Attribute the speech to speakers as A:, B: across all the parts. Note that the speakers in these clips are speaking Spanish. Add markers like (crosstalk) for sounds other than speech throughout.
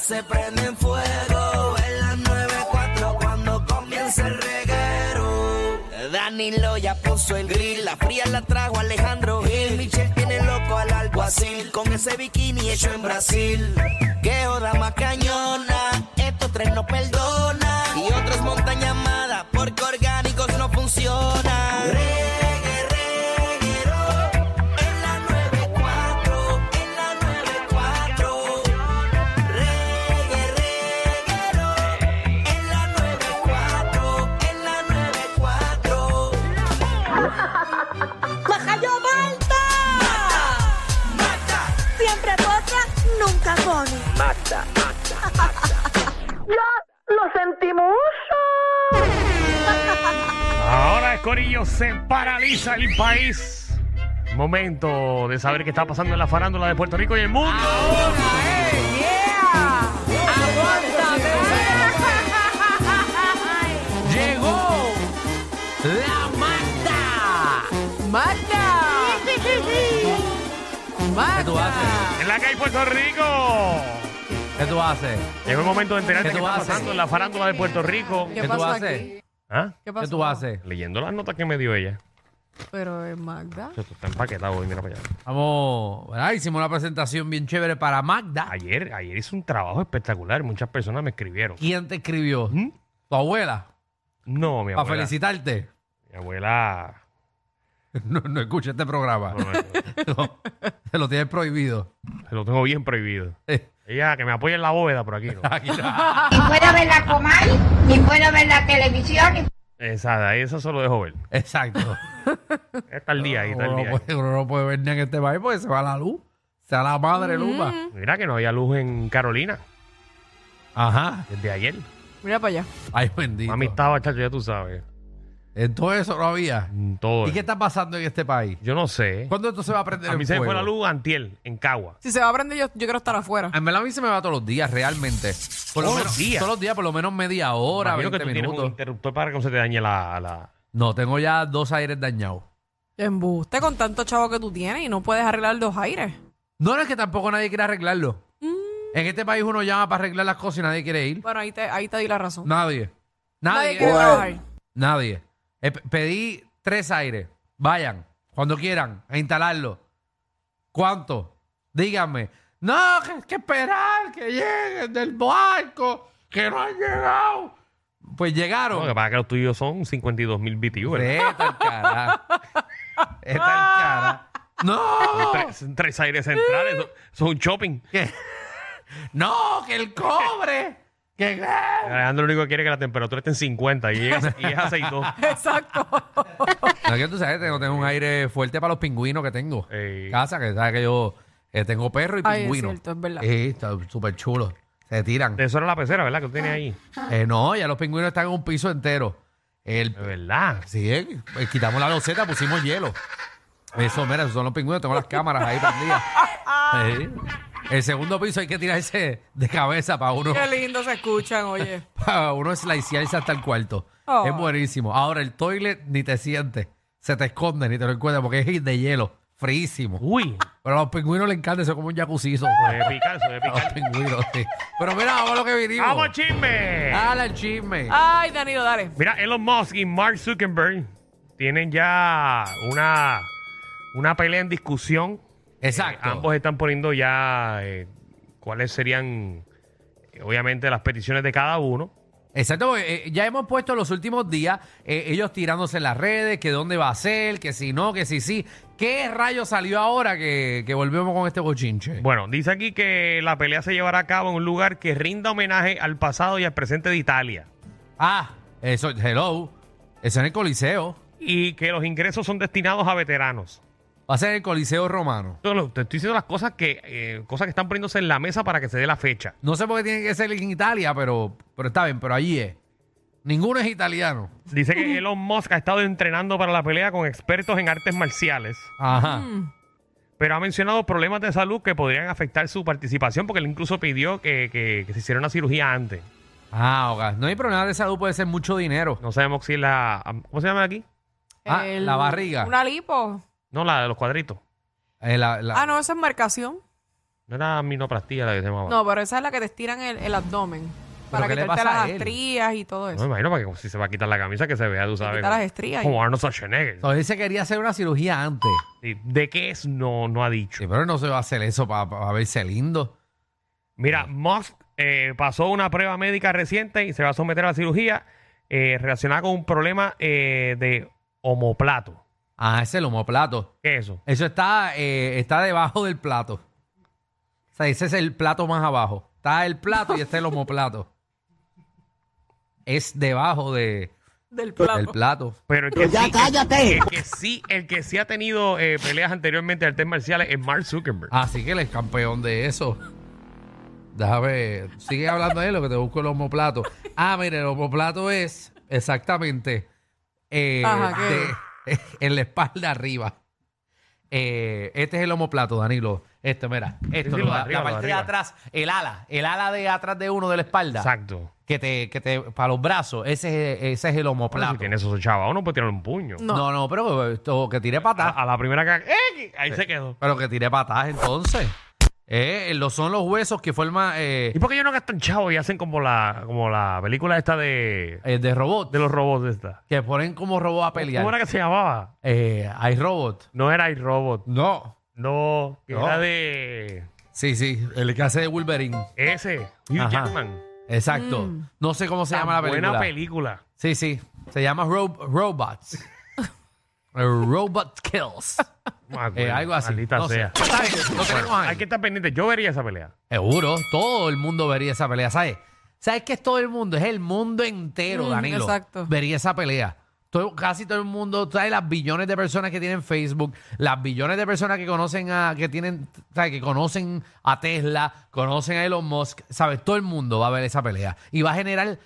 A: se prende en fuego. En las 94 cuando comienza el reguero. Danilo ya puso el grill, la fría la trajo Alejandro Gil. Michel tiene loco al alguacil con ese bikini hecho en Brasil. Que joda más cañona, estos tres no perdonan. Y otros montaña amada porque orgánicos no funcionan. Reggae, reguero, en la 94, en la 94. Reggae, reguero, en la 94, en la 94.
B: ¡Baja yo, Malta!
A: ¡Mata!
B: Siempre potra, nunca pone.
C: Ahora, Corillo, se paraliza el país. Momento de saber qué está pasando en la farándula de Puerto Rico y el mundo.
D: Llegó la Magda. Magda.
E: ¿Qué tú
F: Ah.
E: haces?
C: En la calle Puerto Rico.
E: ¿Qué tú haces?
C: Llegó el momento de enterarte
E: ¿Qué
C: qué
E: tú
C: está
E: haces?
C: pasando en la farándula de Puerto Rico.
E: ¿Qué,
F: ¿Qué,
E: tú
F: pasó
E: haces?
F: aquí?
C: ¿Ah?
F: ¿Qué pasó?
E: ¿Qué tú haces?
C: Leyendo las notas que me dio ella.
F: Pero es Magda.
C: Esto está empaquetado hoy, mira para allá.
E: Vamos, ¿verdad? Hicimos una presentación bien chévere para Magda.
C: Ayer, ayer hice un trabajo espectacular. Muchas personas me escribieron.
E: ¿Quién te escribió?
C: ¿Mm?
E: ¿Tu abuela?
C: No, mi
E: ¿Para
C: abuela.
E: felicitarte? (laughs)
C: Mi abuela.
E: No, no escucha este programa.
C: no, no, no,
E: (laughs) No, te lo tienes prohibido.
C: se lo tengo bien prohibido.
E: Eh,
C: Ella que me apoya en la bóveda, por aquí no.
E: aquí no.
G: ni puedo ver la Comay, ni puedo ver la televisión, ni
C: Esa, ahí eso se lo dejo ver.
E: Exacto.
C: Está el día (laughs) ahí, está el
E: Uno
C: día.
E: no, pues.
C: ahí.
E: puede, uno no puede ver ni en este país porque se va la luz. Se va la madre Luma.
C: Mira que no había luz en Carolina
E: Ajá.
C: desde ayer.
F: Mira para allá.
E: Ay, bendito.
C: Mami estaba, chacho, ya tú sabes.
E: En todo eso no había.
C: Mm, Todo.
E: ¿Y
C: eso.
E: qué está pasando en este país?
C: Yo no sé.
E: ¿Cuándo esto se va a prender
C: A
E: en
C: mí se me fue
E: fuego?
C: la luz antiel, en Cagua.
F: Si se va a prender, yo, yo quiero estar afuera.
E: En verdad a mí se me va todos los días, realmente. Por
C: ¿Todos
E: lo menos,
C: los días?
E: Todos los días, por lo menos media hora,
C: Imagino que tú
E: 20
C: tienes un
E: minutos.
C: interruptor para que no se te dañe la... la-
E: No, tengo ya dos aires dañados.
F: Embuste con tanto chavo que tú tienes y no puedes arreglar dos aires.
E: No, no es que tampoco nadie quiere arreglarlo.
F: Mm.
E: En este país uno llama para arreglar las cosas y nadie quiere ir.
F: Bueno, ahí te, ahí te di la razón.
E: Nadie. Nadie.
F: Nadie quiere trabajar.
E: Nadie. Eh, p- pedí tres aires. Vayan, cuando quieran, a instalarlo. ¿Cuánto? Díganme. No, que hay que esperar que lleguen del barco, que no han llegado. Pues llegaron.
C: No, que pasa es que los tuyos son 52 mil BTU, ¿verdad?
E: Vete al cara. Vete al cara. No,
C: Tres, tres aires centrales, son- son un shopping.
E: no, que el cobre. Que
C: Alejandro lo único que quiere es que la temperatura esté en 50 y, llega, y es a 62.
F: (laughs) Exacto.
E: No, que tú sabes, tengo, tengo un aire fuerte para los pingüinos que tengo.
C: Ey.
E: Casa, que sabes que yo eh, tengo perro y
F: Ay, es
E: pingüino.
F: cierto, es verdad.
E: Sí, está súper chulo. Se tiran.
C: Eso era la pecera, ¿verdad? Que tú tienes
E: (laughs)
C: ahí.
E: Eh, no, ya los pingüinos están en un piso entero. El,
C: De verdad.
E: sí, eh, eh, quitamos la loseta, pusimos hielo. Eso, mira, esos son los pingüinos, tengo las cámaras ahí
F: (laughs)
E: prendidas. Sí. El segundo piso hay que tirarse de cabeza para uno.
F: Qué lindo se escuchan, oye.
E: para (laughs) uno slicearse hasta el cuarto.
F: Oh.
E: Es buenísimo. Ahora el toilet ni te sientes, se te esconde ni te lo encuentras porque es de hielo, fríísimo.
C: Uy.
E: Pero a los pingüinos les encanta eso es como un jacuzzi. eso.
C: Eso
E: A
C: de picar, eso de
E: los
C: picar.
E: pingüinos, sí. Pero mira, vamos a lo que vinimos.
C: ¡Vamos, chisme!
E: Dale el chisme.
F: Ay, Danilo, dale.
C: Mira, Elon Musk y Mark Zuckerberg tienen ya una, una pelea en discusión.
E: Exacto.
C: Ambos están poniendo ya eh, cuáles serían, eh, obviamente, las peticiones de cada uno.
E: Exacto, porque, eh, ya hemos puesto los últimos días eh, ellos tirándose en las redes, que dónde va a ser, que si no, que si sí. ¿Qué rayo salió ahora que, que volvemos con este bochinche?
C: Bueno, dice aquí que la pelea se llevará a cabo en un lugar que rinda homenaje al pasado y al presente de Italia.
E: Ah, eso, hello. Eso en el Coliseo.
C: Y que los ingresos son destinados a veteranos.
E: Va a ser en el Coliseo Romano.
C: Yo lo- Te estoy diciendo las cosas que, eh, cosas que están poniéndose en la mesa para que se dé la fecha.
E: No sé por qué tiene que ser en Italia, pero, pero está bien, pero allí es. Ninguno es italiano.
C: Dice que Elon Musk ha estado entrenando para la pelea con expertos en artes marciales.
E: Ajá.
F: Mm.
C: pero ha mencionado problemas de salud que podrían afectar su participación porque él incluso pidió que, que- que se hiciera una cirugía antes.
E: Ah, ok. No hay problema de salud, puede ser mucho dinero.
C: No sabemos si la... ¿Cómo se llama aquí?
E: Ah, la barriga.
F: Una lipo.
C: No, la de los cuadritos.
E: Eh, la- la-
F: Ah, no, esa es marcación.
C: No era minoplastía la que se llamaba.
F: No, pero esa es la que te estiran el, el abdomen. Para
E: qué le
F: quitarte
E: pasa a
F: las
E: él?
F: estrías y todo
C: No,
F: eso.
C: me imagino para que si se va a quitar la camisa que se vea, tú sabes.
F: pues. quita las estrías y-
C: Como Arnold Schwarzenegger.
E: Entonces él se quería hacer una cirugía antes.
C: Sí, ¿De qué es? No, no ha dicho.
E: Sí, pero no se va a hacer eso para verse lindo.
C: Mira, Musk eh, pasó una prueba médica reciente y se va a someter a la cirugía eh, relacionada con un problema eh, de homoplato.
E: Ah, es el homoplato.
C: ¿Qué es eso?
E: Eso está, eh, está debajo del plato. O sea, ese es el plato más abajo. Está el plato y está
F: (laughs)
E: el homoplato. Es debajo de,
F: Del plato.
E: del plato.
C: Pero el que sí, cállate. El, que sí, el que sí ha tenido eh, peleas anteriormente de artes marciales es Mark Zuckerberg.
E: Así Ah, que él es campeón de eso. Déjame, sigue hablando de lo que te busco el homoplato. Ah, mire, el homoplato es exactamente eh,
F: Ajá,
E: de- (laughs) en la espalda arriba. Eh, este es el homoplato, Danilo. Este, mira,
C: Sí, sí,
E: esto, lo-
C: lo de
E: la,
C: arriba, lo
E: la
C: de
E: parte de
C: arriba.
E: atrás, el ala, el ala de atrás de uno de la espalda.
C: Exacto.
E: Que te, que te, para los brazos, ese, es- ese es el
C: Bueno,
E: homoplato.
C: si tiene esos chavos, uno puede tirar un puño.
F: No.
E: no. no, pero esto, que tire
C: A,
E: patas.
C: a la primera que... ¡Eh! Ahí se quedó.
E: Pero que tire patas entonces. Eh, lo son los huesos que forman eh,
C: ¿Y por qué ellos no gastan chavos y hacen como la, como la película esta de,
E: eh, de robots
C: de los robots esta?
E: que ponen como robots a
C: ¿Cómo era
E: pelear.
C: que se llamaba?
E: Eh, hay robots.
C: No era iRobot.
E: No.
C: No, que
E: No.
C: era de...
E: Sí, sí. El que hace de Wolverine.
C: Ese. Hugh
E: Ajá.
C: Jackman.
E: Exacto.
F: Mm.
E: No sé cómo se llama la
C: Tan
E: película.
C: Buena película.
E: Sí, sí. Se llama Ro- Robots. Eh, Robot Kills.
C: No me acuerdo.
E: Eh, algo así.
C: Maldita
E: no sé.
C: sea.
E: Está bien, lo tenemos ahí.
C: Hay que estar pendiente. Yo vería esa pelea.
E: Seguro, todo el mundo vería esa pelea, ¿sabes? ¿Sabes qué es todo el mundo? Es el mundo entero,
F: Mm,
E: Danilo.
F: exacto.
E: Vería esa pelea. Todo- casi todo el mundo, trae las billones de personas que tienen Facebook, las billones de personas que conocen a, que tienen, ¿sabes? Que conocen a Tesla, conocen a Elon Musk, ¿sabes? Todo el mundo va a ver esa pelea y va a generar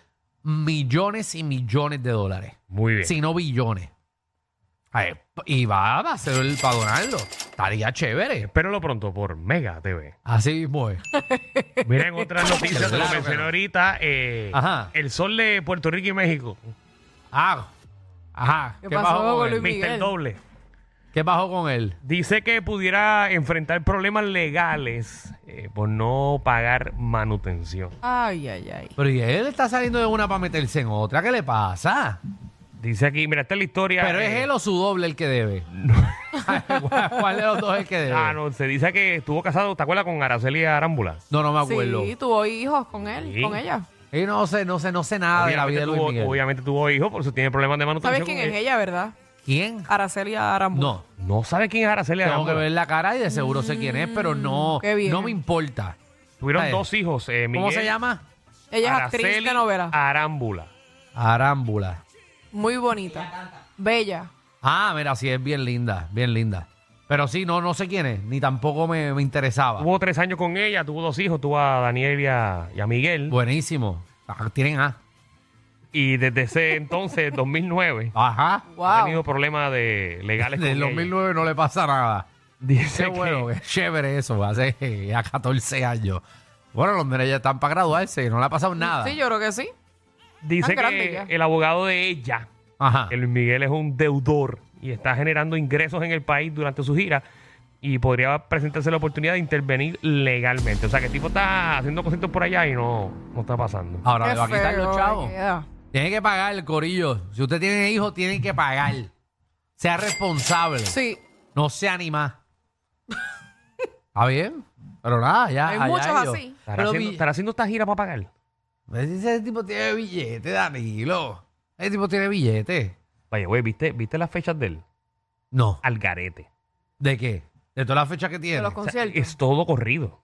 E: millones y millones de dólares,
C: Muy bien.
E: si no billones. Ay, y va, va a ser el para donarlo. Estaría chévere.
C: Espéralo pronto por Mega TV.
E: Así mismo es.
C: Miren
E: (laughs)
C: otras noticias, te lo
E: Claro que
C: mencioné
E: no.
C: ahorita. eh,
E: Ajá.
C: El sol de Puerto Rico y México.
E: Ah, ajá.
F: ¿Qué pasó con
E: él?
F: Luis Miguel?
C: Mr. Doble.
E: ¿Qué pasó con él?
C: Dice que pudiera enfrentar problemas legales eh, por no pagar manutención.
F: Ay, ay, ay.
E: Pero y él está saliendo de una para meterse en otra. ¿Qué le pasa?
C: Dice aquí, mira, esta es la historia.
E: ¿Pero es
C: eh,
E: él o su doble el
C: (laughs)
E: que debe? (laughs) ¿Cuál- ¿Cuál de los dos es el que debe?
C: Ah, no, se dice que estuvo casado, ¿te acuerdas? Con Araceli Arámbula.
E: no, no me acuerdo.
F: Sí, tuvo hijos con él,
C: Sí.
F: con ella.
E: Y no sé, no sé, no sé nada Ah, de la vida de Luis
C: tuvo,
E: Miguel.
C: obviamente tuvo hijos, por eso tiene problemas de manutención.
F: ¿Sabes quién
C: con
F: es
C: él.
F: ella, verdad?
E: ¿Quién?
F: Araceli Arambu.
E: No.
C: Ah, No sabe quién es Araceli
E: Tengo que
C: Arámbula.
E: ver la cara y de seguro sé quién es, pero no,
F: Mm, qué bien.
E: no me importa.
C: Tuvieron
E: Eh,
C: dos hijos, eh, Miguel.
E: ¿Cómo se llama?
F: Ella es actriz
C: Araceli
F: de novela.
C: Arámbula.
E: Arámbula.
F: Muy bonita. Bella.
E: Ah, mira, sí, es bien linda, bien linda. Pero sí, no, no sé quién es, ni tampoco me, me interesaba.
C: Tuvo tres años con ella, tuvo dos hijos, tuvo a Daniel y a, y a Miguel.
E: Buenísimo. Ah, Tienen A.
C: Y desde ese entonces, (laughs) 2009,
E: Ajá.
C: ha
F: Wow.
C: tenido problemas de legales
E: En el
C: con ella.
E: 2009 no le pasa nada.
C: Dice
E: Qué
C: que-
E: bueno, eh. qué chévere eso. Hace eh, ya 14 años. Bueno, los nenes ya están para graduarse y no le ha pasado nada.
F: Sí, yo creo que sí.
C: Dice
F: Tan grande ya.
C: que el abogado de ella,
E: Ajá.
C: el Luis Miguel, es un deudor y está generando ingresos en el país durante su gira y podría presentarse la oportunidad de intervenir legalmente. O sea, que el tipo está haciendo cositas por allá y no, no está pasando.
E: Ahora
F: Qué
E: le va a quitar
F: feo eh.
E: los chavos.
F: queda.
E: Tiene que pagar el corillo. Si usted tiene hijos, tienen que pagar. Sea responsable.
F: Sí.
E: No se anima. ¿Está bien? Pero nada, ya.
F: Hay
E: allá
F: muchos
E: ellos.
F: así.
C: ¿Estará
E: Pero
C: haciendo,
E: vi-
C: estará haciendo esta gira para pagar?
E: ¿Ves? Ese tipo tiene billete, Danilo. Ese tipo tiene billete.
C: Vaya, güey, ¿viste, ¿viste las fechas de él?
E: No.
C: Al garete.
E: ¿De qué? De todas las fechas que
F: De
E: tiene.
F: los
C: O sea,
F: conciertos.
C: es todo corrido.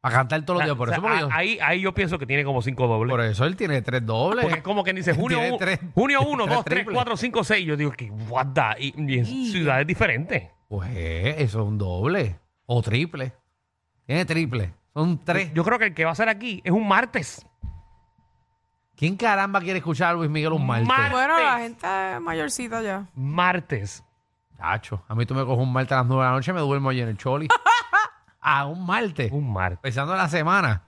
E: Para cantar todos los días. Por
C: Ah, O sea,
E: eso, porque
C: a-
E: yo-
C: ahí, ahí yo pienso que tiene como cinco dobles.
E: por eso él tiene tres dobles.
C: Ah, Porque es como que
E: (laughs)
C: dice junio
E: Tiene
C: 1,
E: tres-
C: junio 1,
E: tres
C: 2, 3,
E: triples.
C: 4, 5, 6. Yo digo que what the- y, y en ciudades diferentes.
E: Pues eh, eso es un doble. O triple. Tiene triple. Son tres.
C: Yo creo que el que va a ser aquí es un martes.
E: ¿Quién caramba quiere escuchar a Luis Miguel un martes?
C: Mar-
F: Bueno, la
C: Martes.
F: gente es mayorcita ya.
C: Martes.
E: Chacho, a mí tú me coges un martes a las nueve de la noche y me duermo allí en
C: (laughs)
E: el choli. a un martes.
C: Un martes.
E: Empezando la semana.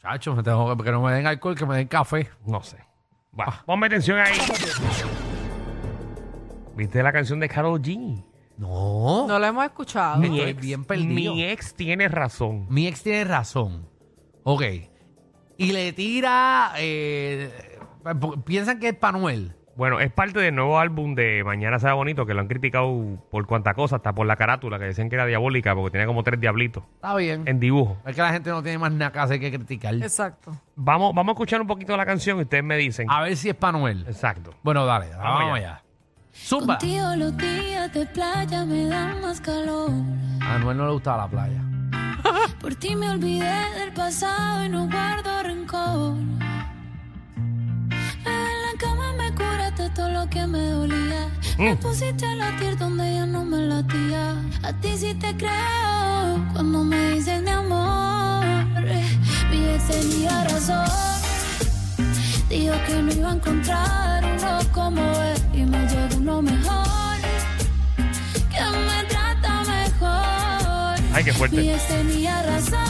E: Chacho, me tengo que, que no me den alcohol, que me den café.
C: No sé.
E: Ah.
C: Va, ponme atención ahí. ¿Viste la canción de Carol G?
E: No.
F: No lo hemos escuchado.
E: Mi Estoy bien perdido.
C: mi ex tiene razón.
E: Mi ex tiene razón. Ok. Y le tira. eh, pu- piensan que es Panuel.
C: Bueno, es parte del nuevo álbum de Mañana sea bonito, que lo han criticado por cuanta cosa, hasta por la carátula, que decían que era diabólica porque tenía como tres diablitos
E: Está bien.
C: en dibujo.
E: Es que la gente no tiene más nada que hacer que criticar.
F: Exacto.
C: Vamos, vamos a escuchar un poquito de la canción y ustedes me dicen.
E: A ver si es Panuel.
C: Exacto.
E: Bueno, dale, dale,
C: Vamos
E: vamos,
C: allá.
E: allá. Zumba.
H: Contigo los días de playa me dan más calor.
E: A Anuel no le gustaba la playa.
H: Por ti me olvidé del pasado y no guardo rencor. Bebé, en la cama me curaste todo lo que me dolía. Me pusiste a latir donde ya no me latía. A ti sí te creo cuando me dices mi amor. Mi ex tenía razón. Dijo que no iba a encontrar uno como él y me llegó uno mejor. Que me trata mejor.
C: Ay, qué fuerte.
H: Mi ex tenía razón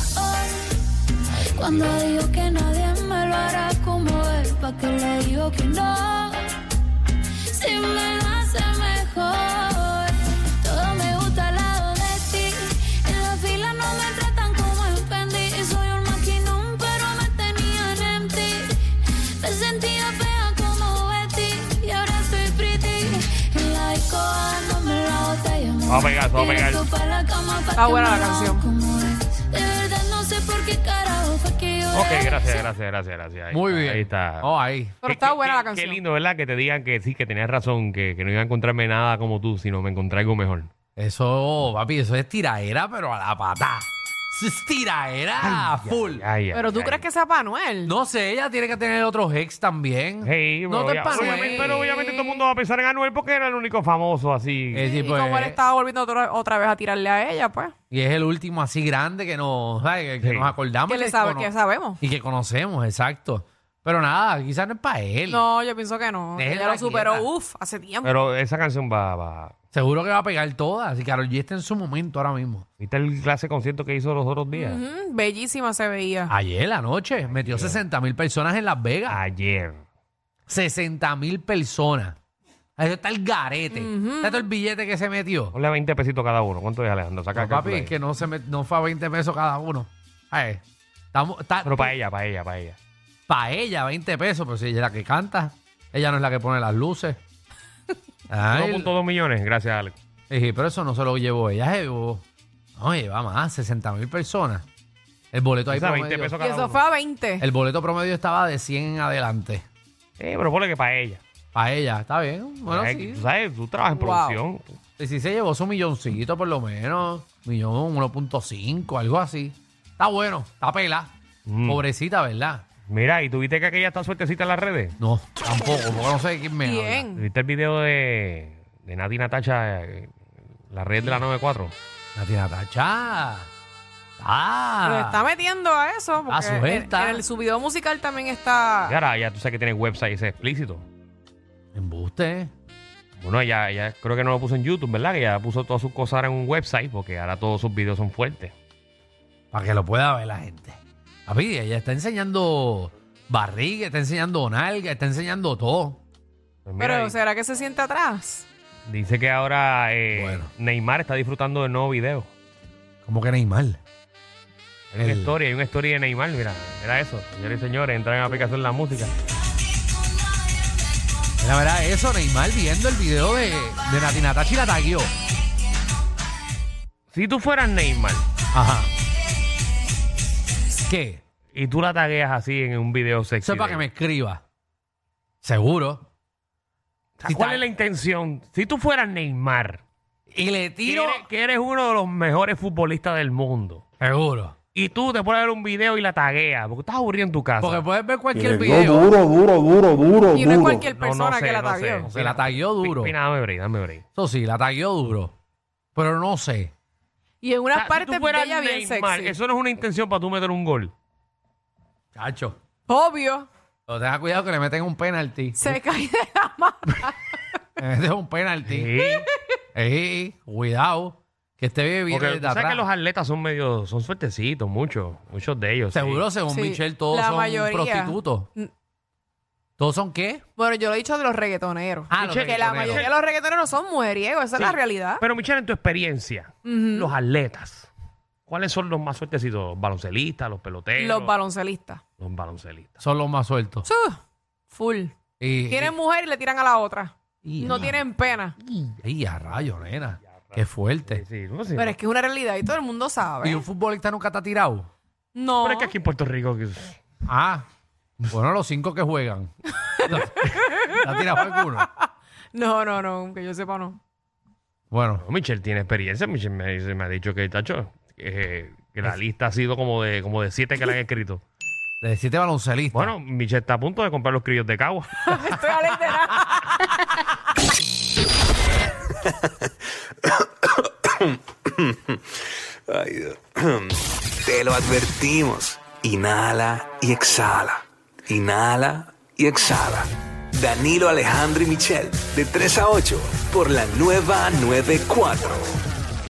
H: cuando dijo que nadie me lo hará como él. Pa' que le digo que no, si me lo hace mejor. Todo me gusta al lado de ti. En la fila no me tratan como en Fendi. Soy un maquinón, pero me tenían en ti. Me sentía fea como Betty y ahora estoy pretty. oh, En la disco dándome la botella.
C: Va a pegar, va a pegar.
H: Directo pa' la cama pa'
F: Está
H: que
F: buena
H: me
F: la
H: lo
F: canción.
H: como es. De verdad no sé por qué carajo fue que yo.
C: Ok, gracias, gracias, gracias, gracias. Ahí
E: Muy
C: está,
E: bien.
C: Ahí está.
E: Oh, ahí.
F: Pero
C: Qué-
F: está
C: qué-
F: buena
C: qué-
F: la canción.
C: Qué lindo, ¿verdad? Que te digan que sí, que tenías razón, que, que no iba a encontrarme nada como tú, sino me encontré algo mejor.
E: Eso, papi, eso es tiraera, pero a la pata. Eso es tiraera full.
C: Ay, ay,
F: Pero tú
C: ay.
F: crees que sea Panuel.
E: No sé, ella tiene que tener otros ex también.
C: Hey,
E: no
C: pero
E: te
C: obvia-
E: pases.
C: obviamente, pero obviamente todo el mundo va a pensar en Anuel porque era el único famoso así.
E: Eh,
F: Y
E: sí, pues,
F: como él estaba volviendo otra, otra vez a tirarle a ella, pues.
E: Y es el último así grande que nos, ¿sabes? Que, que
C: Sí.
E: nos acordamos.
F: Que
E: y
F: le sabe,
E: cono-
F: que sabemos.
E: Y que conocemos, exacto. Pero nada, quizás no es para él.
F: No, yo pienso que no.
E: Déjela
F: Ella lo superó,
E: quieta.
F: uff, hace tiempo.
C: Pero esa canción va, va.
E: Seguro que va a pegar todas. Y Carol G está en su momento ahora mismo.
C: ¿Viste el clase de concierto que hizo los otros días?
F: Mm, bellísima se veía.
E: Ayer, la noche, metió 60 mil personas en Las Vegas.
C: Ayer.
E: 60 mil personas. Ahí está el garete. Está todo el billete que se metió.
C: Ponle 20 pesitos cada uno. ¿Cuánto es, Alejandro? Saca
E: No, papi,
C: calcula
E: es
C: ahí.
E: que no, se met- no fue a 20 pesos cada uno. Ay, estamos- está-
C: Pero para ella, para ella, para ella.
E: Pa' ella, 20 pesos, pero si ella es la que canta, ella no es la que pone
C: (laughs)
E: las luces. Ay,
C: 1.2 millones, gracias, Alex.
E: dije, pero eso no se lo llevó ella, se llevó. No, lleva más, 60 mil personas. El boleto ahí
C: Esa 20
E: promedio-
C: pesos
F: y
C: cada
F: eso
C: uno.
F: fue a 20.
E: El boleto promedio estaba de 100 en adelante.
C: Eh, pero ponle que para ella.
E: Para ella, está bien. Bueno,
C: Ay,
E: sí.
C: Pues, Tú sabes, tú trabajas en
F: Wow.
C: producción.
E: Y si se llevó su milloncito, por lo menos. Millón, 1.5, algo así. Está bueno, está pela.
C: Mm.
E: Pobrecita, ¿verdad?
C: Mira, ¿y tuviste que aquella está suertecita en las redes?
E: No, tampoco, porque no sé de quién me habla.
F: Bien.
C: ¿Viste el video de, de Nati Natacha, eh, la red de la 94?
E: Nati Natacha. Ah.
F: Pero está metiendo a eso. Porque
E: suelta.
F: En, en el subido musical también está.
C: Y ahora ya tú sabes que tiene website ese explícito.
E: Embuste.
C: Bueno, ella, ella creo que no lo puso en YouTube, ¿verdad? Que ella puso todas sus cosas ahora en un website porque ahora todos sus videos son fuertes.
E: Para que lo pueda ver la gente. Papi, ella está enseñando barriga, está enseñando nalga, está enseñando todo.
C: Pues mira,
F: Pero
C: y-
F: ¿será que se sienta atrás?
C: dice que ahora eh,
E: Bueno.
C: Neymar está disfrutando del nuevo video.
E: Como que Neymar.
C: Hay una
E: El-
C: historia, hay una historia de Neymar, mira, era eso. Señores y señores, entran en la aplicación de la música.
E: La verdad, eso, Neymar viendo el video de, de Nati Natacha y la taguió.
C: Si tú fueras Neymar
E: Ajá. ¿Qué?
C: y tú la tagueas así en un video sexy.
E: Eso es para
C: de-
E: que me escriba. Seguro.
C: O sea,
E: si
C: ¿Cuál
E: tal-
C: es la intención? Si tú fueras Neymar,
E: Y
C: que
E: le tiro.
C: eres, que eres uno de los mejores futbolistas del mundo,
E: Seguro.
C: y tú te pones a ver un video y la tagueas, porque estás aburrido en tu casa.
E: Porque puedes ver cualquier video.
F: Y no es cualquier
C: No, no
F: persona
C: sé,
F: que la
C: no sé.
F: tagueó.
E: Se la taguió
C: Pi-
E: duro.
C: Pina, dame break, dame break.
E: Eso sí, la taguió duro. Pero no sé.
F: Y en
C: O sea,
F: unas
C: si
F: partes
C: tú
F: de
C: fueras
F: ella bien
C: Neymar,
F: sexy.
C: Eso no es una intención para tú meter un gol.
E: Cacho.
F: Obvio.
E: Pero tenga cuidado que le meten un penalti.
F: Se (laughs) cae de la mano.
E: Le meten un penalti.
C: Sí.
E: Ey, cuidado. Que esté bebiendo
C: Porque tú
E: desde
C: sabes
E: atrás.
C: que los atletas son medio, son suertecitos, muchos, muchos de ellos. sí.
E: Seguro, según
F: Sí,
E: Michelle, todos
F: la
E: son
F: mayoría.
E: prostitutos. ¿Todos son qué?
F: Bueno, yo lo he dicho de los reggaetoneros.
E: Ah, los
F: que la
E: reggaetoneros.
F: mayoría de los reggaetoneros son mujeriegos, esa es la realidad.
C: Pero Michelle, en tu experiencia,
F: Mm.
C: los atletas, ¿cuáles son los más suertecitos? ¿Los baloncelistas, los peloteros?
F: los baloncelistas.
C: los baloncelistas.
E: Son los más sueltos.
F: Sí, Full.
E: Y-
F: Tienen mujer y le tiran a la otra.
E: y-
F: No tienen pena.
E: ¡Ay, a rayo, nena! ¡Qué fuerte!
C: Sí, no sé.
F: Pero es que es una realidad y todo el mundo sabe.
E: ¿Y un futbolista nunca te ha tirado?
F: No.
C: Pero es que aquí en Puerto Rico... que-
E: Ah, bueno, los cinco que juegan. (laughs) ¿Te ha tirado alguno?
F: No, no, no, que yo sepa no. (laughs)
E: Bueno,
C: No, Michelle tiene experiencia. Michelle me, dice- me ha dicho que, tacho, eh, que la lista ha sido como de, como de siete que le han escrito.
E: de siete baloncelistas.
C: Bueno, Michelle está a punto de comprar los críos de Cagua.
F: Estoy a la idea.
I: Ay, Dios. (clears throat) Te lo advertimos. Inhala y exhala. Inhala y exhala. Danilo Alejandro y Michel, de 3 a 8, por la nueva 94.